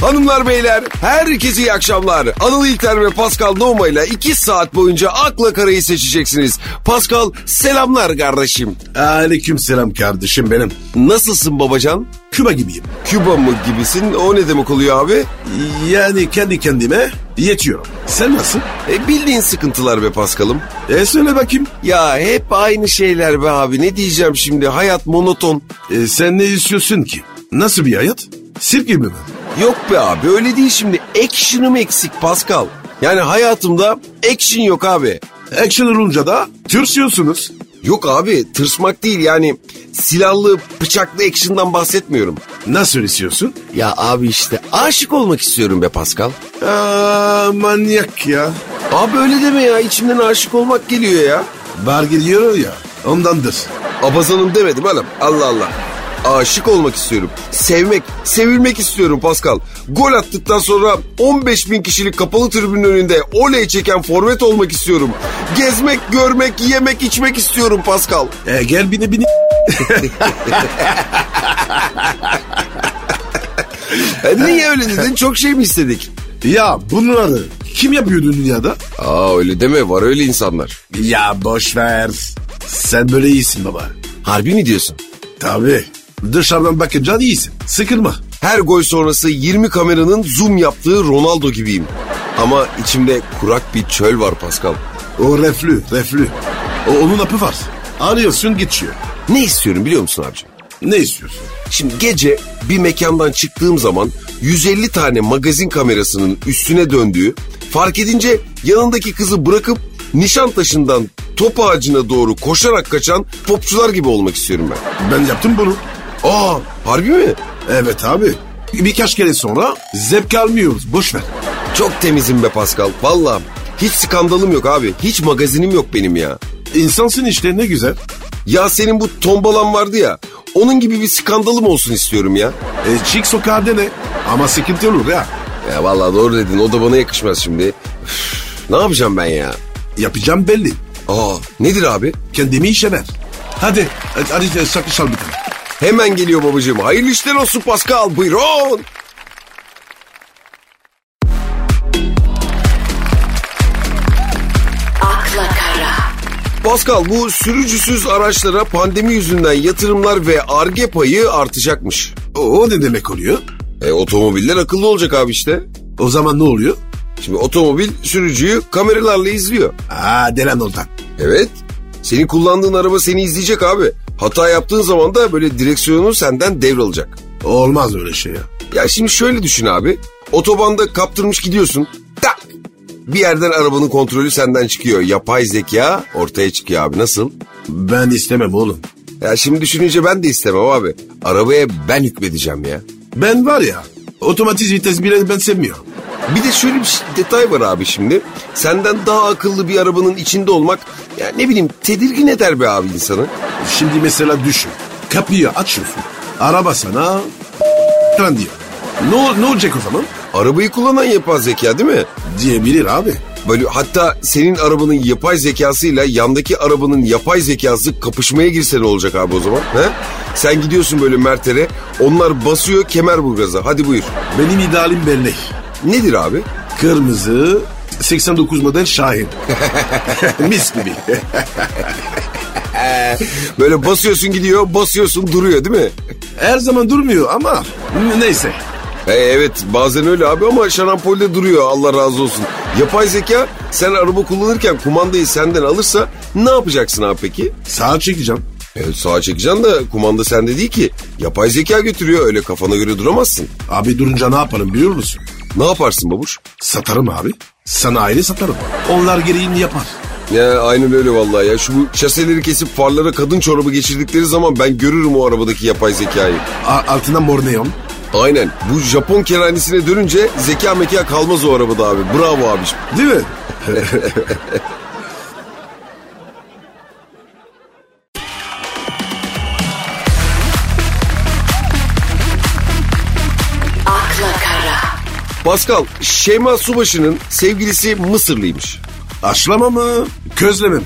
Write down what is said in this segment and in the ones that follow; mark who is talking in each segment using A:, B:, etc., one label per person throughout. A: Hanımlar beyler herkese iyi akşamlar. Anıl İlter ve Pascal Noma ile 2 saat boyunca akla karayı seçeceksiniz. Pascal selamlar kardeşim.
B: Aleyküm selam kardeşim benim.
A: Nasılsın babacan?
B: Küba gibiyim.
A: Küba mı gibisin? O ne demek oluyor abi?
B: Yani kendi kendime yetiyorum. Sen nasılsın?
A: E, bildiğin sıkıntılar be Pascal'ım.
B: E söyle bakayım.
A: Ya hep aynı şeyler be abi. Ne diyeceğim şimdi? Hayat monoton.
B: E, sen ne istiyorsun ki? Nasıl bir hayat? Sirk gibi mi?
A: Yok be abi öyle değil şimdi. Action'ım eksik Pascal. Yani hayatımda action yok abi.
B: Action olunca da tırsıyorsunuz.
A: Yok abi tırsmak değil yani silahlı bıçaklı action'dan bahsetmiyorum.
B: Nasıl istiyorsun?
A: Ya abi işte aşık olmak istiyorum be Pascal.
B: Aa, manyak ya.
A: Abi öyle deme ya içimden aşık olmak geliyor ya.
B: Bar geliyor ya ondandır.
A: Abazanım demedim hanım Allah Allah. Aşık olmak istiyorum. Sevmek, sevilmek istiyorum Pascal. Gol attıktan sonra 15 bin kişilik kapalı tribünün önünde oley çeken forvet olmak istiyorum. Gezmek, görmek, yemek, içmek istiyorum Pascal.
B: E, gel bini bini.
A: E, Niye öyle dedin? Çok şey mi istedik?
B: Ya bunları kim yapıyordu dünyada?
A: Aa öyle deme var öyle insanlar.
B: Ya boş ver. Sen böyle iyisin baba.
A: Harbi mi diyorsun?
B: Tabii. Dışarıdan bakınca iyisin. Sıkılma.
A: Her gol sonrası 20 kameranın zoom yaptığı Ronaldo gibiyim. Ama içimde kurak bir çöl var Pascal.
B: O reflü, reflü. O, onun apı var. Arıyorsun geçiyor.
A: Ne istiyorum biliyor musun abicim?
B: Ne istiyorsun?
A: Şimdi gece bir mekandan çıktığım zaman 150 tane magazin kamerasının üstüne döndüğü, fark edince yanındaki kızı bırakıp nişan taşından top ağacına doğru koşarak kaçan topçular gibi olmak istiyorum ben.
B: Ben yaptım bunu.
A: Aa, harbi mi?
B: Evet abi. Birkaç kere sonra zevk almıyoruz. Boş ver.
A: Çok temizim be Pascal. Vallahi hiç skandalım yok abi. Hiç magazinim yok benim ya.
B: İnsansın işte ne güzel.
A: Ya senin bu tombalan vardı ya. Onun gibi bir skandalım olsun istiyorum ya.
B: E, çık sokağa dene. Ama sıkıntı olur ya.
A: Ya vallahi doğru dedin. O da bana yakışmaz şimdi. Üf, ne yapacağım ben ya?
B: Yapacağım belli.
A: Aa, nedir abi?
B: Kendimi işe ver. Hadi. Hadi, hadi sakın şal bir tane.
A: Hemen geliyor babacığım. Hayırlı işler olsun Pascal. Buyurun.
C: akla kara,
A: Pascal bu sürücüsüz araçlara pandemi yüzünden yatırımlar ve arge payı artacakmış.
B: O, o ne demek oluyor?
A: E, otomobiller akıllı olacak abi işte.
B: O zaman ne oluyor?
A: Şimdi otomobil sürücüyü kameralarla izliyor.
B: Aa delen oradan.
A: Evet. Senin kullandığın araba seni izleyecek abi. Hata yaptığın zaman da böyle direksiyonu senden devralacak.
B: Olmaz öyle şey ya.
A: Ya şimdi şöyle düşün abi. Otobanda kaptırmış gidiyorsun. Tak! Bir yerden arabanın kontrolü senden çıkıyor. Yapay zeka ortaya çıkıyor abi. Nasıl?
B: Ben istemem oğlum.
A: Ya şimdi düşününce ben de istemem abi. Arabaya ben hükmedeceğim ya.
B: Ben var ya otomatik vites bile ben sevmiyorum.
A: Bir de şöyle bir şey- detay var abi şimdi. Senden daha akıllı bir arabanın içinde olmak ya ne bileyim tedirgin eder be abi insanı.
B: Şimdi mesela düşün. Kapıyı açıyorsun. Araba sana lan diyor. Ne, ol- ne olacak o zaman?
A: Arabayı kullanan yapay zeka değil mi?
B: Diyebilir abi.
A: Böyle hatta senin arabanın yapay zekasıyla yandaki arabanın yapay zekası kapışmaya girse ne olacak abi o zaman? He? Sen gidiyorsun böyle Mert'e onlar basıyor kemer bu gaza. Hadi buyur.
B: Benim idealim belli.
A: Nedir abi?
B: Kırmızı 89 model Şahin. Mis gibi.
A: Böyle basıyorsun gidiyor, basıyorsun duruyor değil mi?
B: Her zaman durmuyor ama neyse.
A: E, evet bazen öyle abi ama şarampolde duruyor Allah razı olsun. Yapay zeka sen araba kullanırken kumandayı senden alırsa ne yapacaksın abi peki?
B: Sağa çekeceğim.
A: Evet sağa çekeceksin da kumanda sende değil ki. Yapay zeka götürüyor öyle kafana göre duramazsın.
B: Abi durunca ne yaparım biliyor musun?
A: Ne yaparsın babuş?
B: Satarım abi. Sanayide satarım. Onlar gereğini yapar.
A: Ya aynen öyle vallahi ya. Şu bu şaseleri kesip farlara kadın çorabı geçirdikleri zaman ben görürüm o arabadaki yapay zekayı.
B: A- altına mor neon.
A: Aynen. Bu Japon kerhanesine dönünce zeka meka kalmaz o arabada abi. Bravo abiciğim.
B: Değil mi?
C: akla kara,
A: Pascal, Şeyma Subaşı'nın sevgilisi Mısırlıymış.
B: Aşlama mı? Közleme mi?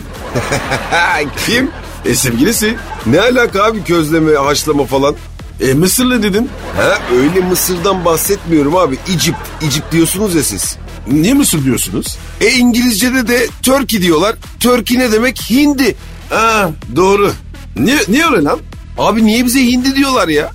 A: Kim?
B: E sevgilisi.
A: Ne alaka abi közleme, haşlama falan?
B: E Mısırlı dedim.
A: Ha öyle Mısır'dan bahsetmiyorum abi. İcip, İcip diyorsunuz ya siz.
B: Niye Mısır diyorsunuz?
A: E İngilizce'de de Turkey diyorlar. Turkey ne demek? Hindi.
B: Ha doğru. Niye, niye öyle lan?
A: Abi niye bize hindi diyorlar ya?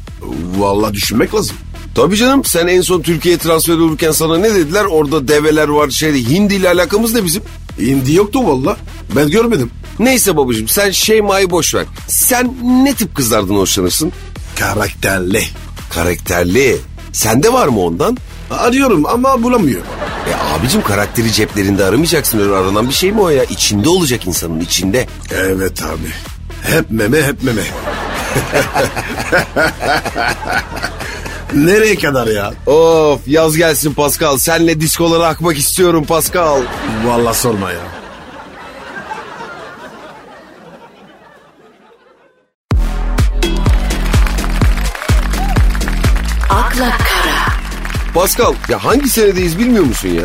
B: Vallahi düşünmek lazım.
A: Tabii canım sen en son Türkiye'ye transfer olurken sana ne dediler? Orada develer var şey hindi ile alakamız ne bizim?
B: Hindi yoktu valla. Ben görmedim.
A: Neyse babacığım sen Şeyma'yı boş ver. Sen ne tip kızlardan hoşlanırsın?
B: Karakterli.
A: Karakterli. Sende var mı ondan?
B: Arıyorum ama bulamıyorum.
A: E abicim karakteri ceplerinde aramayacaksın öyle aranan bir şey mi o ya? İçinde olacak insanın içinde.
B: Evet abi. Hep meme hep meme. Nereye kadar ya?
A: Of yaz gelsin Pascal. Senle diskolara akmak istiyorum Pascal.
B: Valla sorma ya.
C: akla kara,
A: Pascal ya hangi senedeyiz bilmiyor musun ya?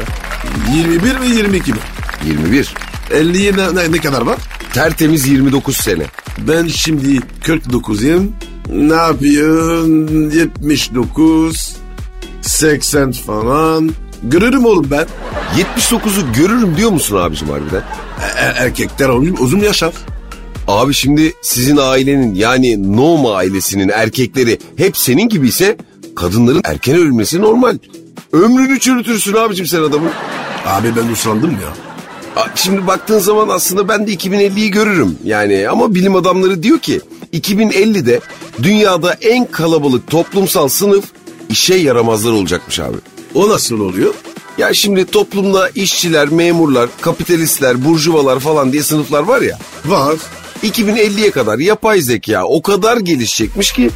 B: 21 mi 22 mi?
A: 21.
B: 50'ye ne, ne, ne kadar var?
A: Tertemiz 29 sene.
B: Ben şimdi 49'yım. Ne yapıyorsun? 79, 80 falan. Görürüm oğlum ben.
A: 79'u görürüm diyor musun abicim harbiden?
B: E- e- erkekler oğlum uzun yaşar.
A: Abi şimdi sizin ailenin yani Noma ailesinin erkekleri hep senin gibi ise kadınların erken ölmesi normal. Ömrünü çürütürsün abicim sen adamın.
B: Abi ben uslandım ya.
A: A- Şimdi baktığın zaman aslında ben de 2050'yi görürüm. Yani ama bilim adamları diyor ki 2050'de dünyada en kalabalık toplumsal sınıf işe yaramazlar olacakmış abi.
B: O nasıl oluyor?
A: Ya şimdi toplumda işçiler, memurlar, kapitalistler, burjuvalar falan diye sınıflar var ya.
B: Var.
A: 2050'ye kadar yapay zeka o kadar gelişecekmiş ki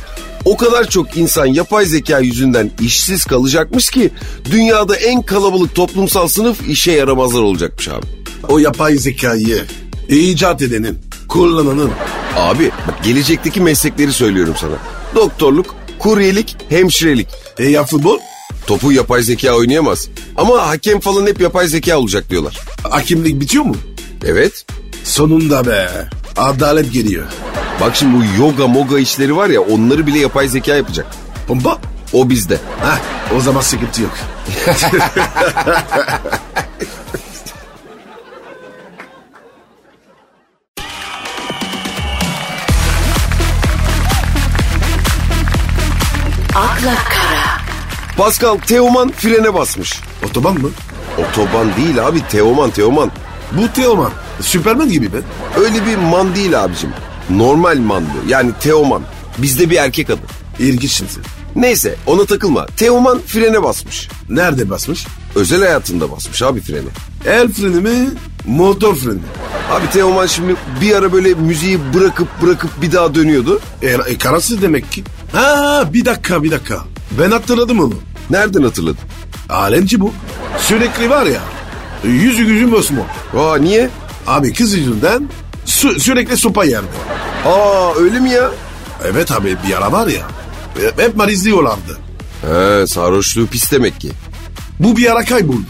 A: o kadar çok insan yapay zeka yüzünden işsiz kalacakmış ki dünyada en kalabalık toplumsal sınıf işe yaramazlar olacakmış abi.
B: O yapay zekayı icat edenin, kullananın.
A: Abi bak gelecekteki meslekleri söylüyorum sana. Doktorluk, kuryelik, hemşirelik.
B: E ya futbol?
A: Topu yapay zeka oynayamaz. Ama hakem falan hep yapay zeka olacak diyorlar.
B: Hakimlik bitiyor mu?
A: Evet.
B: Sonunda be. Adalet geliyor.
A: Bak şimdi bu yoga moga işleri var ya onları bile yapay zeka yapacak.
B: Pompa?
A: O bizde.
B: Hah, o zaman sıkıntı yok.
C: akla kara,
A: Pascal Teoman frene basmış.
B: Otoban mı?
A: Otoban değil abi Teoman Teoman.
B: Bu Teoman. Süpermen gibi be.
A: Öyle bir man değil abicim. Normal man bu. Yani Teoman. Bizde bir erkek adı.
B: İlginç şimdi.
A: Neyse ona takılma. Teoman frene basmış.
B: Nerede basmış?
A: Özel hayatında basmış abi freni.
B: El freni mi? Motor freni mi?
A: Abi Teoman şimdi bir ara böyle müziği bırakıp bırakıp bir daha dönüyordu.
B: E, e, kararsız demek ki. Ha bir dakika bir dakika. Ben hatırladım onu.
A: Nereden hatırladın?
B: Alemci bu. Sürekli var ya. Yüzü gücü bosmo.
A: Aa niye?
B: Abi kız yüzünden sü- sürekli sopa yerdi.
A: Aa öyle mi ya?
B: Evet abi bir ara var ya. e, Hep marizliyorlardı.
A: He sarhoşluğu pis demek ki.
B: Bu bir ara kayboldu.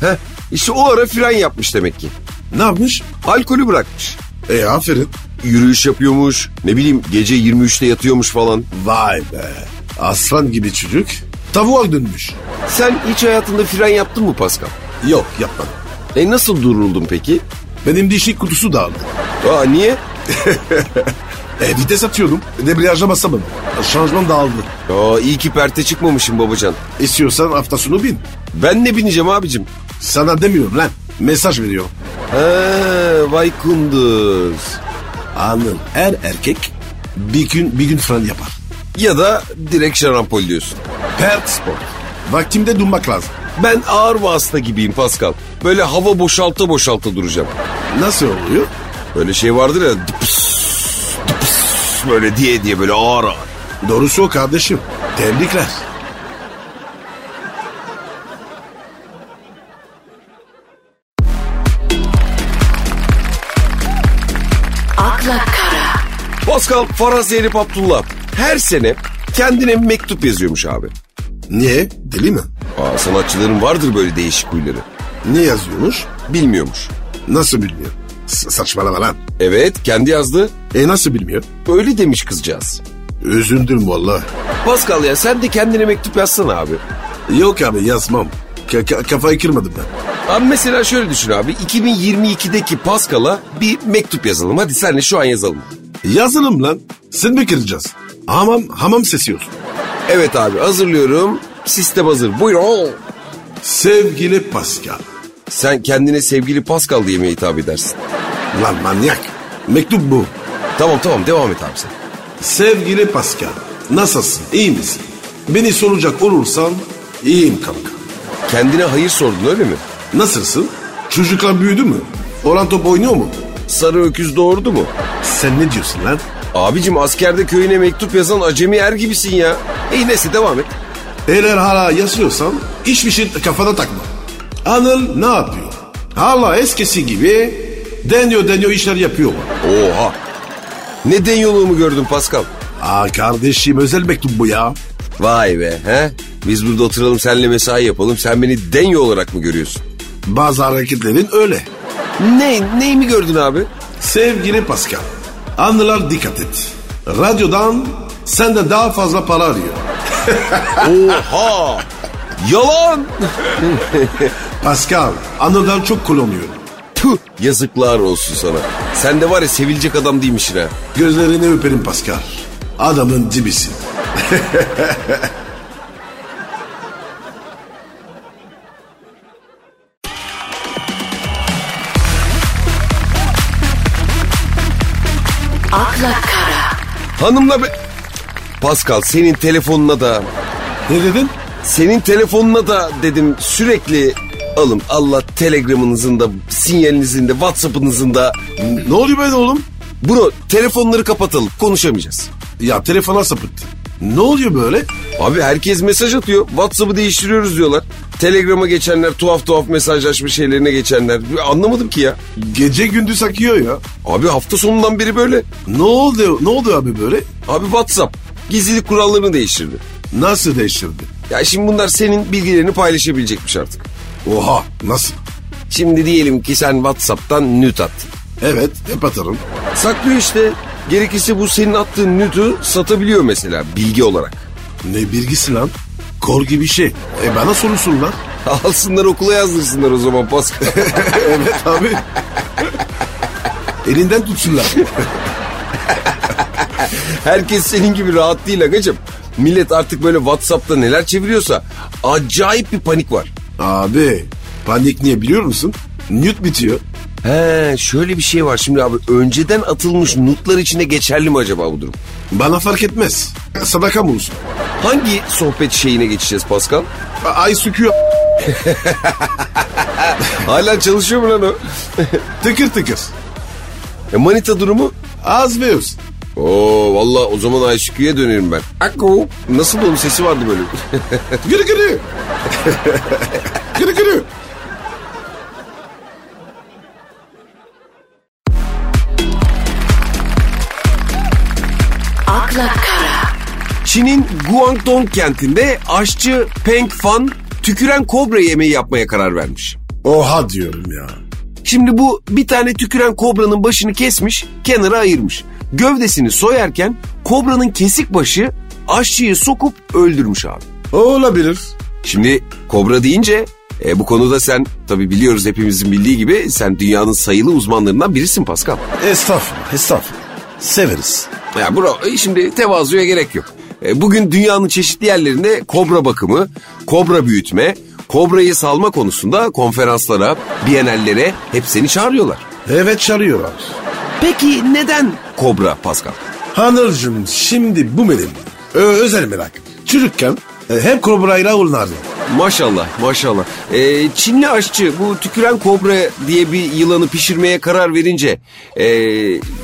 A: Heh işte o ara fren yapmış demek ki.
B: Ne yapmış?
A: Alkolü bırakmış.
B: E aferin.
A: Yürüyüş yapıyormuş. Ne bileyim gece 23'te yatıyormuş falan.
B: Vay be. Aslan gibi çocuk. Tavuğa dönmüş.
A: Sen hiç hayatında fren yaptın mı Pascal?
B: Yok yapmadım.
A: E nasıl duruldun peki?
B: Benim dişlik kutusu dağıldı.
A: Aa niye?
B: E vites atıyordum. Debriyaja basamadım. Şanzman dağıldı.
A: Aa iyi ki perte çıkmamışım babacan.
B: İstiyorsan hafta sonu bin.
A: Ben ne bineceğim abicim?
B: Sana demiyorum lan. Mesaj veriyorum.
A: He vay kunduz.
B: Anın her erkek bir gün bir gün fren yapar.
A: Ya da direkt şarampol diyorsun.
B: Pert spor. Vaktimde durmak lazım.
A: Ben ağır vasıta gibiyim Pascal. Böyle hava boşalta boşalta duracağım.
B: Nasıl oluyor?
A: Böyle şey vardır ya dıpıs, dıpıs böyle diye diye böyle ağır ağır.
B: Doğrusu o kardeşim. Tebrikler.
C: akla kara,
A: Pascal Faraz Zeynep Abdullah her sene kendine bir mektup yazıyormuş abi.
B: Niye? Deli mi?
A: Aa, sanatçıların vardır böyle değişik huyları.
B: Ne yazıyormuş?
A: Bilmiyormuş.
B: Nasıl bilmiyor? S- saçmalama lan.
A: Evet kendi yazdı.
B: E nasıl bilmiyor?
A: Öyle demiş kızcağız.
B: Üzüldüm valla.
A: Pascal ya sen de kendine mektup yazsana abi.
B: Yok abi yazmam. Ka- ka- kafayı kırmadım ben.
A: Abi mesela şöyle düşün abi. 2022'deki Pascal'a bir mektup yazalım. Hadi senle şu an yazalım.
B: Yazalım lan. Sen mi kıracağız? Hamam, hamam sesi olsun.
A: Evet abi hazırlıyorum. Sistem hazır. Buyur. Oo.
B: Sevgili Pascal.
A: Sen kendine sevgili Pascal diye mi hitap edersin?
B: Lan manyak. Mektup bu.
A: Tamam tamam devam et abi sen.
B: Sevgili Pascal. Nasılsın? İyi misin? Beni soracak olursan iyiyim kanka.
A: Kendine hayır sordun öyle mi?
B: Nasılsın? Çocuklar büyüdü mü? Orhan top oynuyor mu?
A: Sarı öküz doğurdu mu?
B: Sen ne diyorsun lan?
A: Abicim askerde köyüne mektup yazan acemi er gibisin ya. İyi neyse devam et.
B: Eğer hala yazıyorsan hiçbir şey kafana takma. Anıl ne yapıyor? Hala eskisi gibi deniyor deniyor işler yapıyor mu?
A: Oha. Ne denyoluğumu gördün Pascal?
B: Aa kardeşim özel mektup bu ya.
A: Vay be he? Biz burada oturalım senle mesai yapalım. Sen beni denyo olarak mı görüyorsun?
B: Bazı hareketlerin öyle.
A: Ne, neyi mi gördün abi?
B: Sevgili Pascal, anılar dikkat et. Radyodan senden daha fazla para arıyor.
A: Oha! Yalan!
B: Pascal, anıdan çok kullanıyor.
A: Tüh, yazıklar olsun sana. Sen de var ya sevilecek adam değilmişsin ha.
B: Gözlerini öperim Pascal. Adamın dibisin.
C: akla kara,
A: Hanımla be... Pascal senin telefonuna da...
B: Ne dedin?
A: Senin telefonuna da dedim sürekli... Alın Allah telegramınızın da sinyalinizin de Whatsapp'ınızın da...
B: Ne oluyor böyle oğlum?
A: Bro telefonları kapatalım konuşamayacağız.
B: Ya telefona sapıttı. Ne oluyor böyle?
A: Abi herkes mesaj atıyor. WhatsApp'ı değiştiriyoruz diyorlar. Telegram'a geçenler tuhaf tuhaf mesajlaşma şeylerine geçenler. Anlamadım ki ya.
B: Gece gündüz akıyor ya.
A: Abi hafta sonundan beri böyle.
B: Ne oldu? Ne oldu abi böyle?
A: Abi WhatsApp gizlilik kurallarını değiştirdi.
B: Nasıl değiştirdi?
A: Ya şimdi bunlar senin bilgilerini paylaşabilecekmiş artık.
B: Oha nasıl?
A: Şimdi diyelim ki sen WhatsApp'tan nüt attın.
B: Evet hep atarım.
A: Saklıyor işte. Gerekirse bu senin attığın nütü satabiliyor mesela bilgi olarak.
B: Ne bilgisi lan? Kor gibi bir şey. E bana sorulsun lan.
A: Alsınlar okula yazdırsınlar o zaman Pascal.
B: evet abi. Elinden tutsunlar.
A: Herkes senin gibi rahat değil agacım. Millet artık böyle Whatsapp'ta neler çeviriyorsa acayip bir panik var.
B: Abi panik niye biliyor musun? Newt bitiyor.
A: He şöyle bir şey var şimdi abi önceden atılmış nutlar içinde geçerli mi acaba bu durum?
B: Bana fark etmez. Sadaka mı olsun?
A: Hangi sohbet şeyine geçeceğiz Pascal?
B: A- Ay söküyor.
A: Hala çalışıyor mu lan o?
B: Tıkır tıkır.
A: E, manita durumu?
B: Az ve öz.
A: Oo valla o zaman ICQ'ye dönüyorum ben. Akko. Nasıl da onun sesi vardı böyle.
B: Gürü gürü. gürü gürü.
C: akla kara,
A: Çin'in Guangdong kentinde aşçı Peng Fan tüküren kobra yemeği yapmaya karar vermiş.
B: Oha diyorum ya.
A: Şimdi bu bir tane tüküren kobranın başını kesmiş, kenara ayırmış. Gövdesini soyarken kobranın kesik başı aşçıyı sokup öldürmüş abi.
B: Olabilir.
A: Şimdi kobra deyince e, bu konuda sen tabi biliyoruz hepimizin bildiği gibi sen dünyanın sayılı uzmanlarından birisin Pascal.
B: Estağfurullah, estağfurullah. Severiz.
A: Ya bro e, şimdi tevazuya gerek yok. E, bugün dünyanın çeşitli yerlerinde kobra bakımı, kobra büyütme, kobrayı salma konusunda konferanslara, bienallere hep seni çağırıyorlar.
B: Evet çağırıyorlar.
A: Peki neden kobra Pascal?
B: Hanırcığım şimdi bu benim ö- özel merak. Çocukken e, hep kobrayla oynardım.
A: Maşallah maşallah. E, Çinli aşçı bu tüküren kobra diye bir yılanı pişirmeye karar verince e,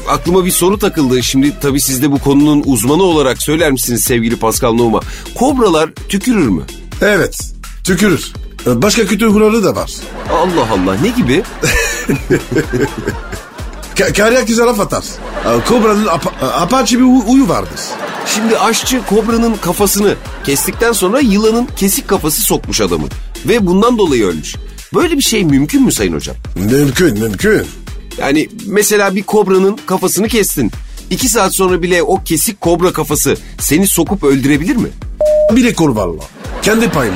A: aklıma bir soru takıldı. Şimdi tabii siz de bu konunun uzmanı olarak söyler misiniz sevgili Pascal Numa? Kobralar tükürür mü?
B: Evet tükürür. E, Başka kötü huyları da var.
A: Allah Allah ne gibi?
B: Ka- Karyak güzel laf atar. E, Kobranın apa- apaçı bir huy- huyu vardır.
A: Şimdi aşçı kobranın kafasını kestikten sonra yılanın kesik kafası sokmuş adamı ve bundan dolayı ölmüş. Böyle bir şey mümkün mü sayın hocam?
B: Mümkün mümkün.
A: Yani mesela bir kobranın kafasını kestin. İki saat sonra bile o kesik kobra kafası seni sokup öldürebilir mi?
B: Bile kor valla. Kendi payım.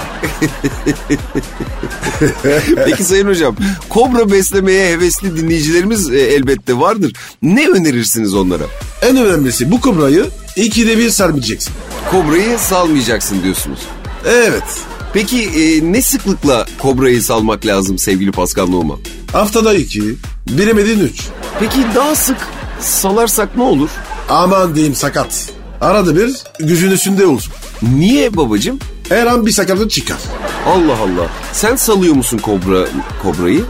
A: Peki Sayın Hocam, kobra beslemeye hevesli dinleyicilerimiz e, elbette vardır. Ne önerirsiniz onlara?
B: En önemlisi bu kobrayı ikide bir sarmayacaksın.
A: Kobrayı salmayacaksın diyorsunuz.
B: Evet.
A: Peki e, ne sıklıkla kobrayı salmak lazım sevgili Pascal Numa?
B: Haftada iki, bilemedin üç.
A: Peki daha sık salarsak ne olur?
B: Aman diyeyim sakat. Arada bir gücün üstünde olsun.
A: Niye babacığım?
B: Her an bir sakatlık çıkar.
A: Allah Allah. Sen salıyor musun kobra kobrayı?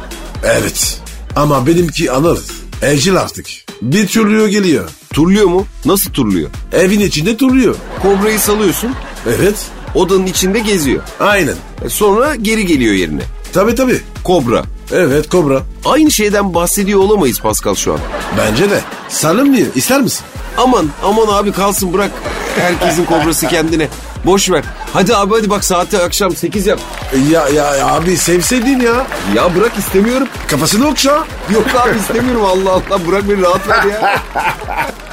B: Evet. Ama benimki anır. Evcil artık. Bir türlü geliyor.
A: Turluyor mu? Nasıl turluyor?
B: Evin içinde duruyor.
A: Kobrayı salıyorsun,
B: Evet.
A: odanın içinde geziyor.
B: Aynen.
A: E, Sonra geri geliyor yerine.
B: Tabii tabii.
A: Kobra.
B: Evet kobra.
A: Aynı şeyden bahsediyor olamayız Pascal şu an.
B: Bence de. Salim diye. İster misin?
A: Aman aman abi kalsın bırak. Herkesin kobrası kendine. Boş ver. Hadi abi hadi bak saati akşam 8 yap.
B: Ya, ya, ya abi sevseydin ya.
A: Ya bırak istemiyorum.
B: Kafasını okşa.
A: Yok abi istemiyorum Allah Allah bırak beni rahat ver ya.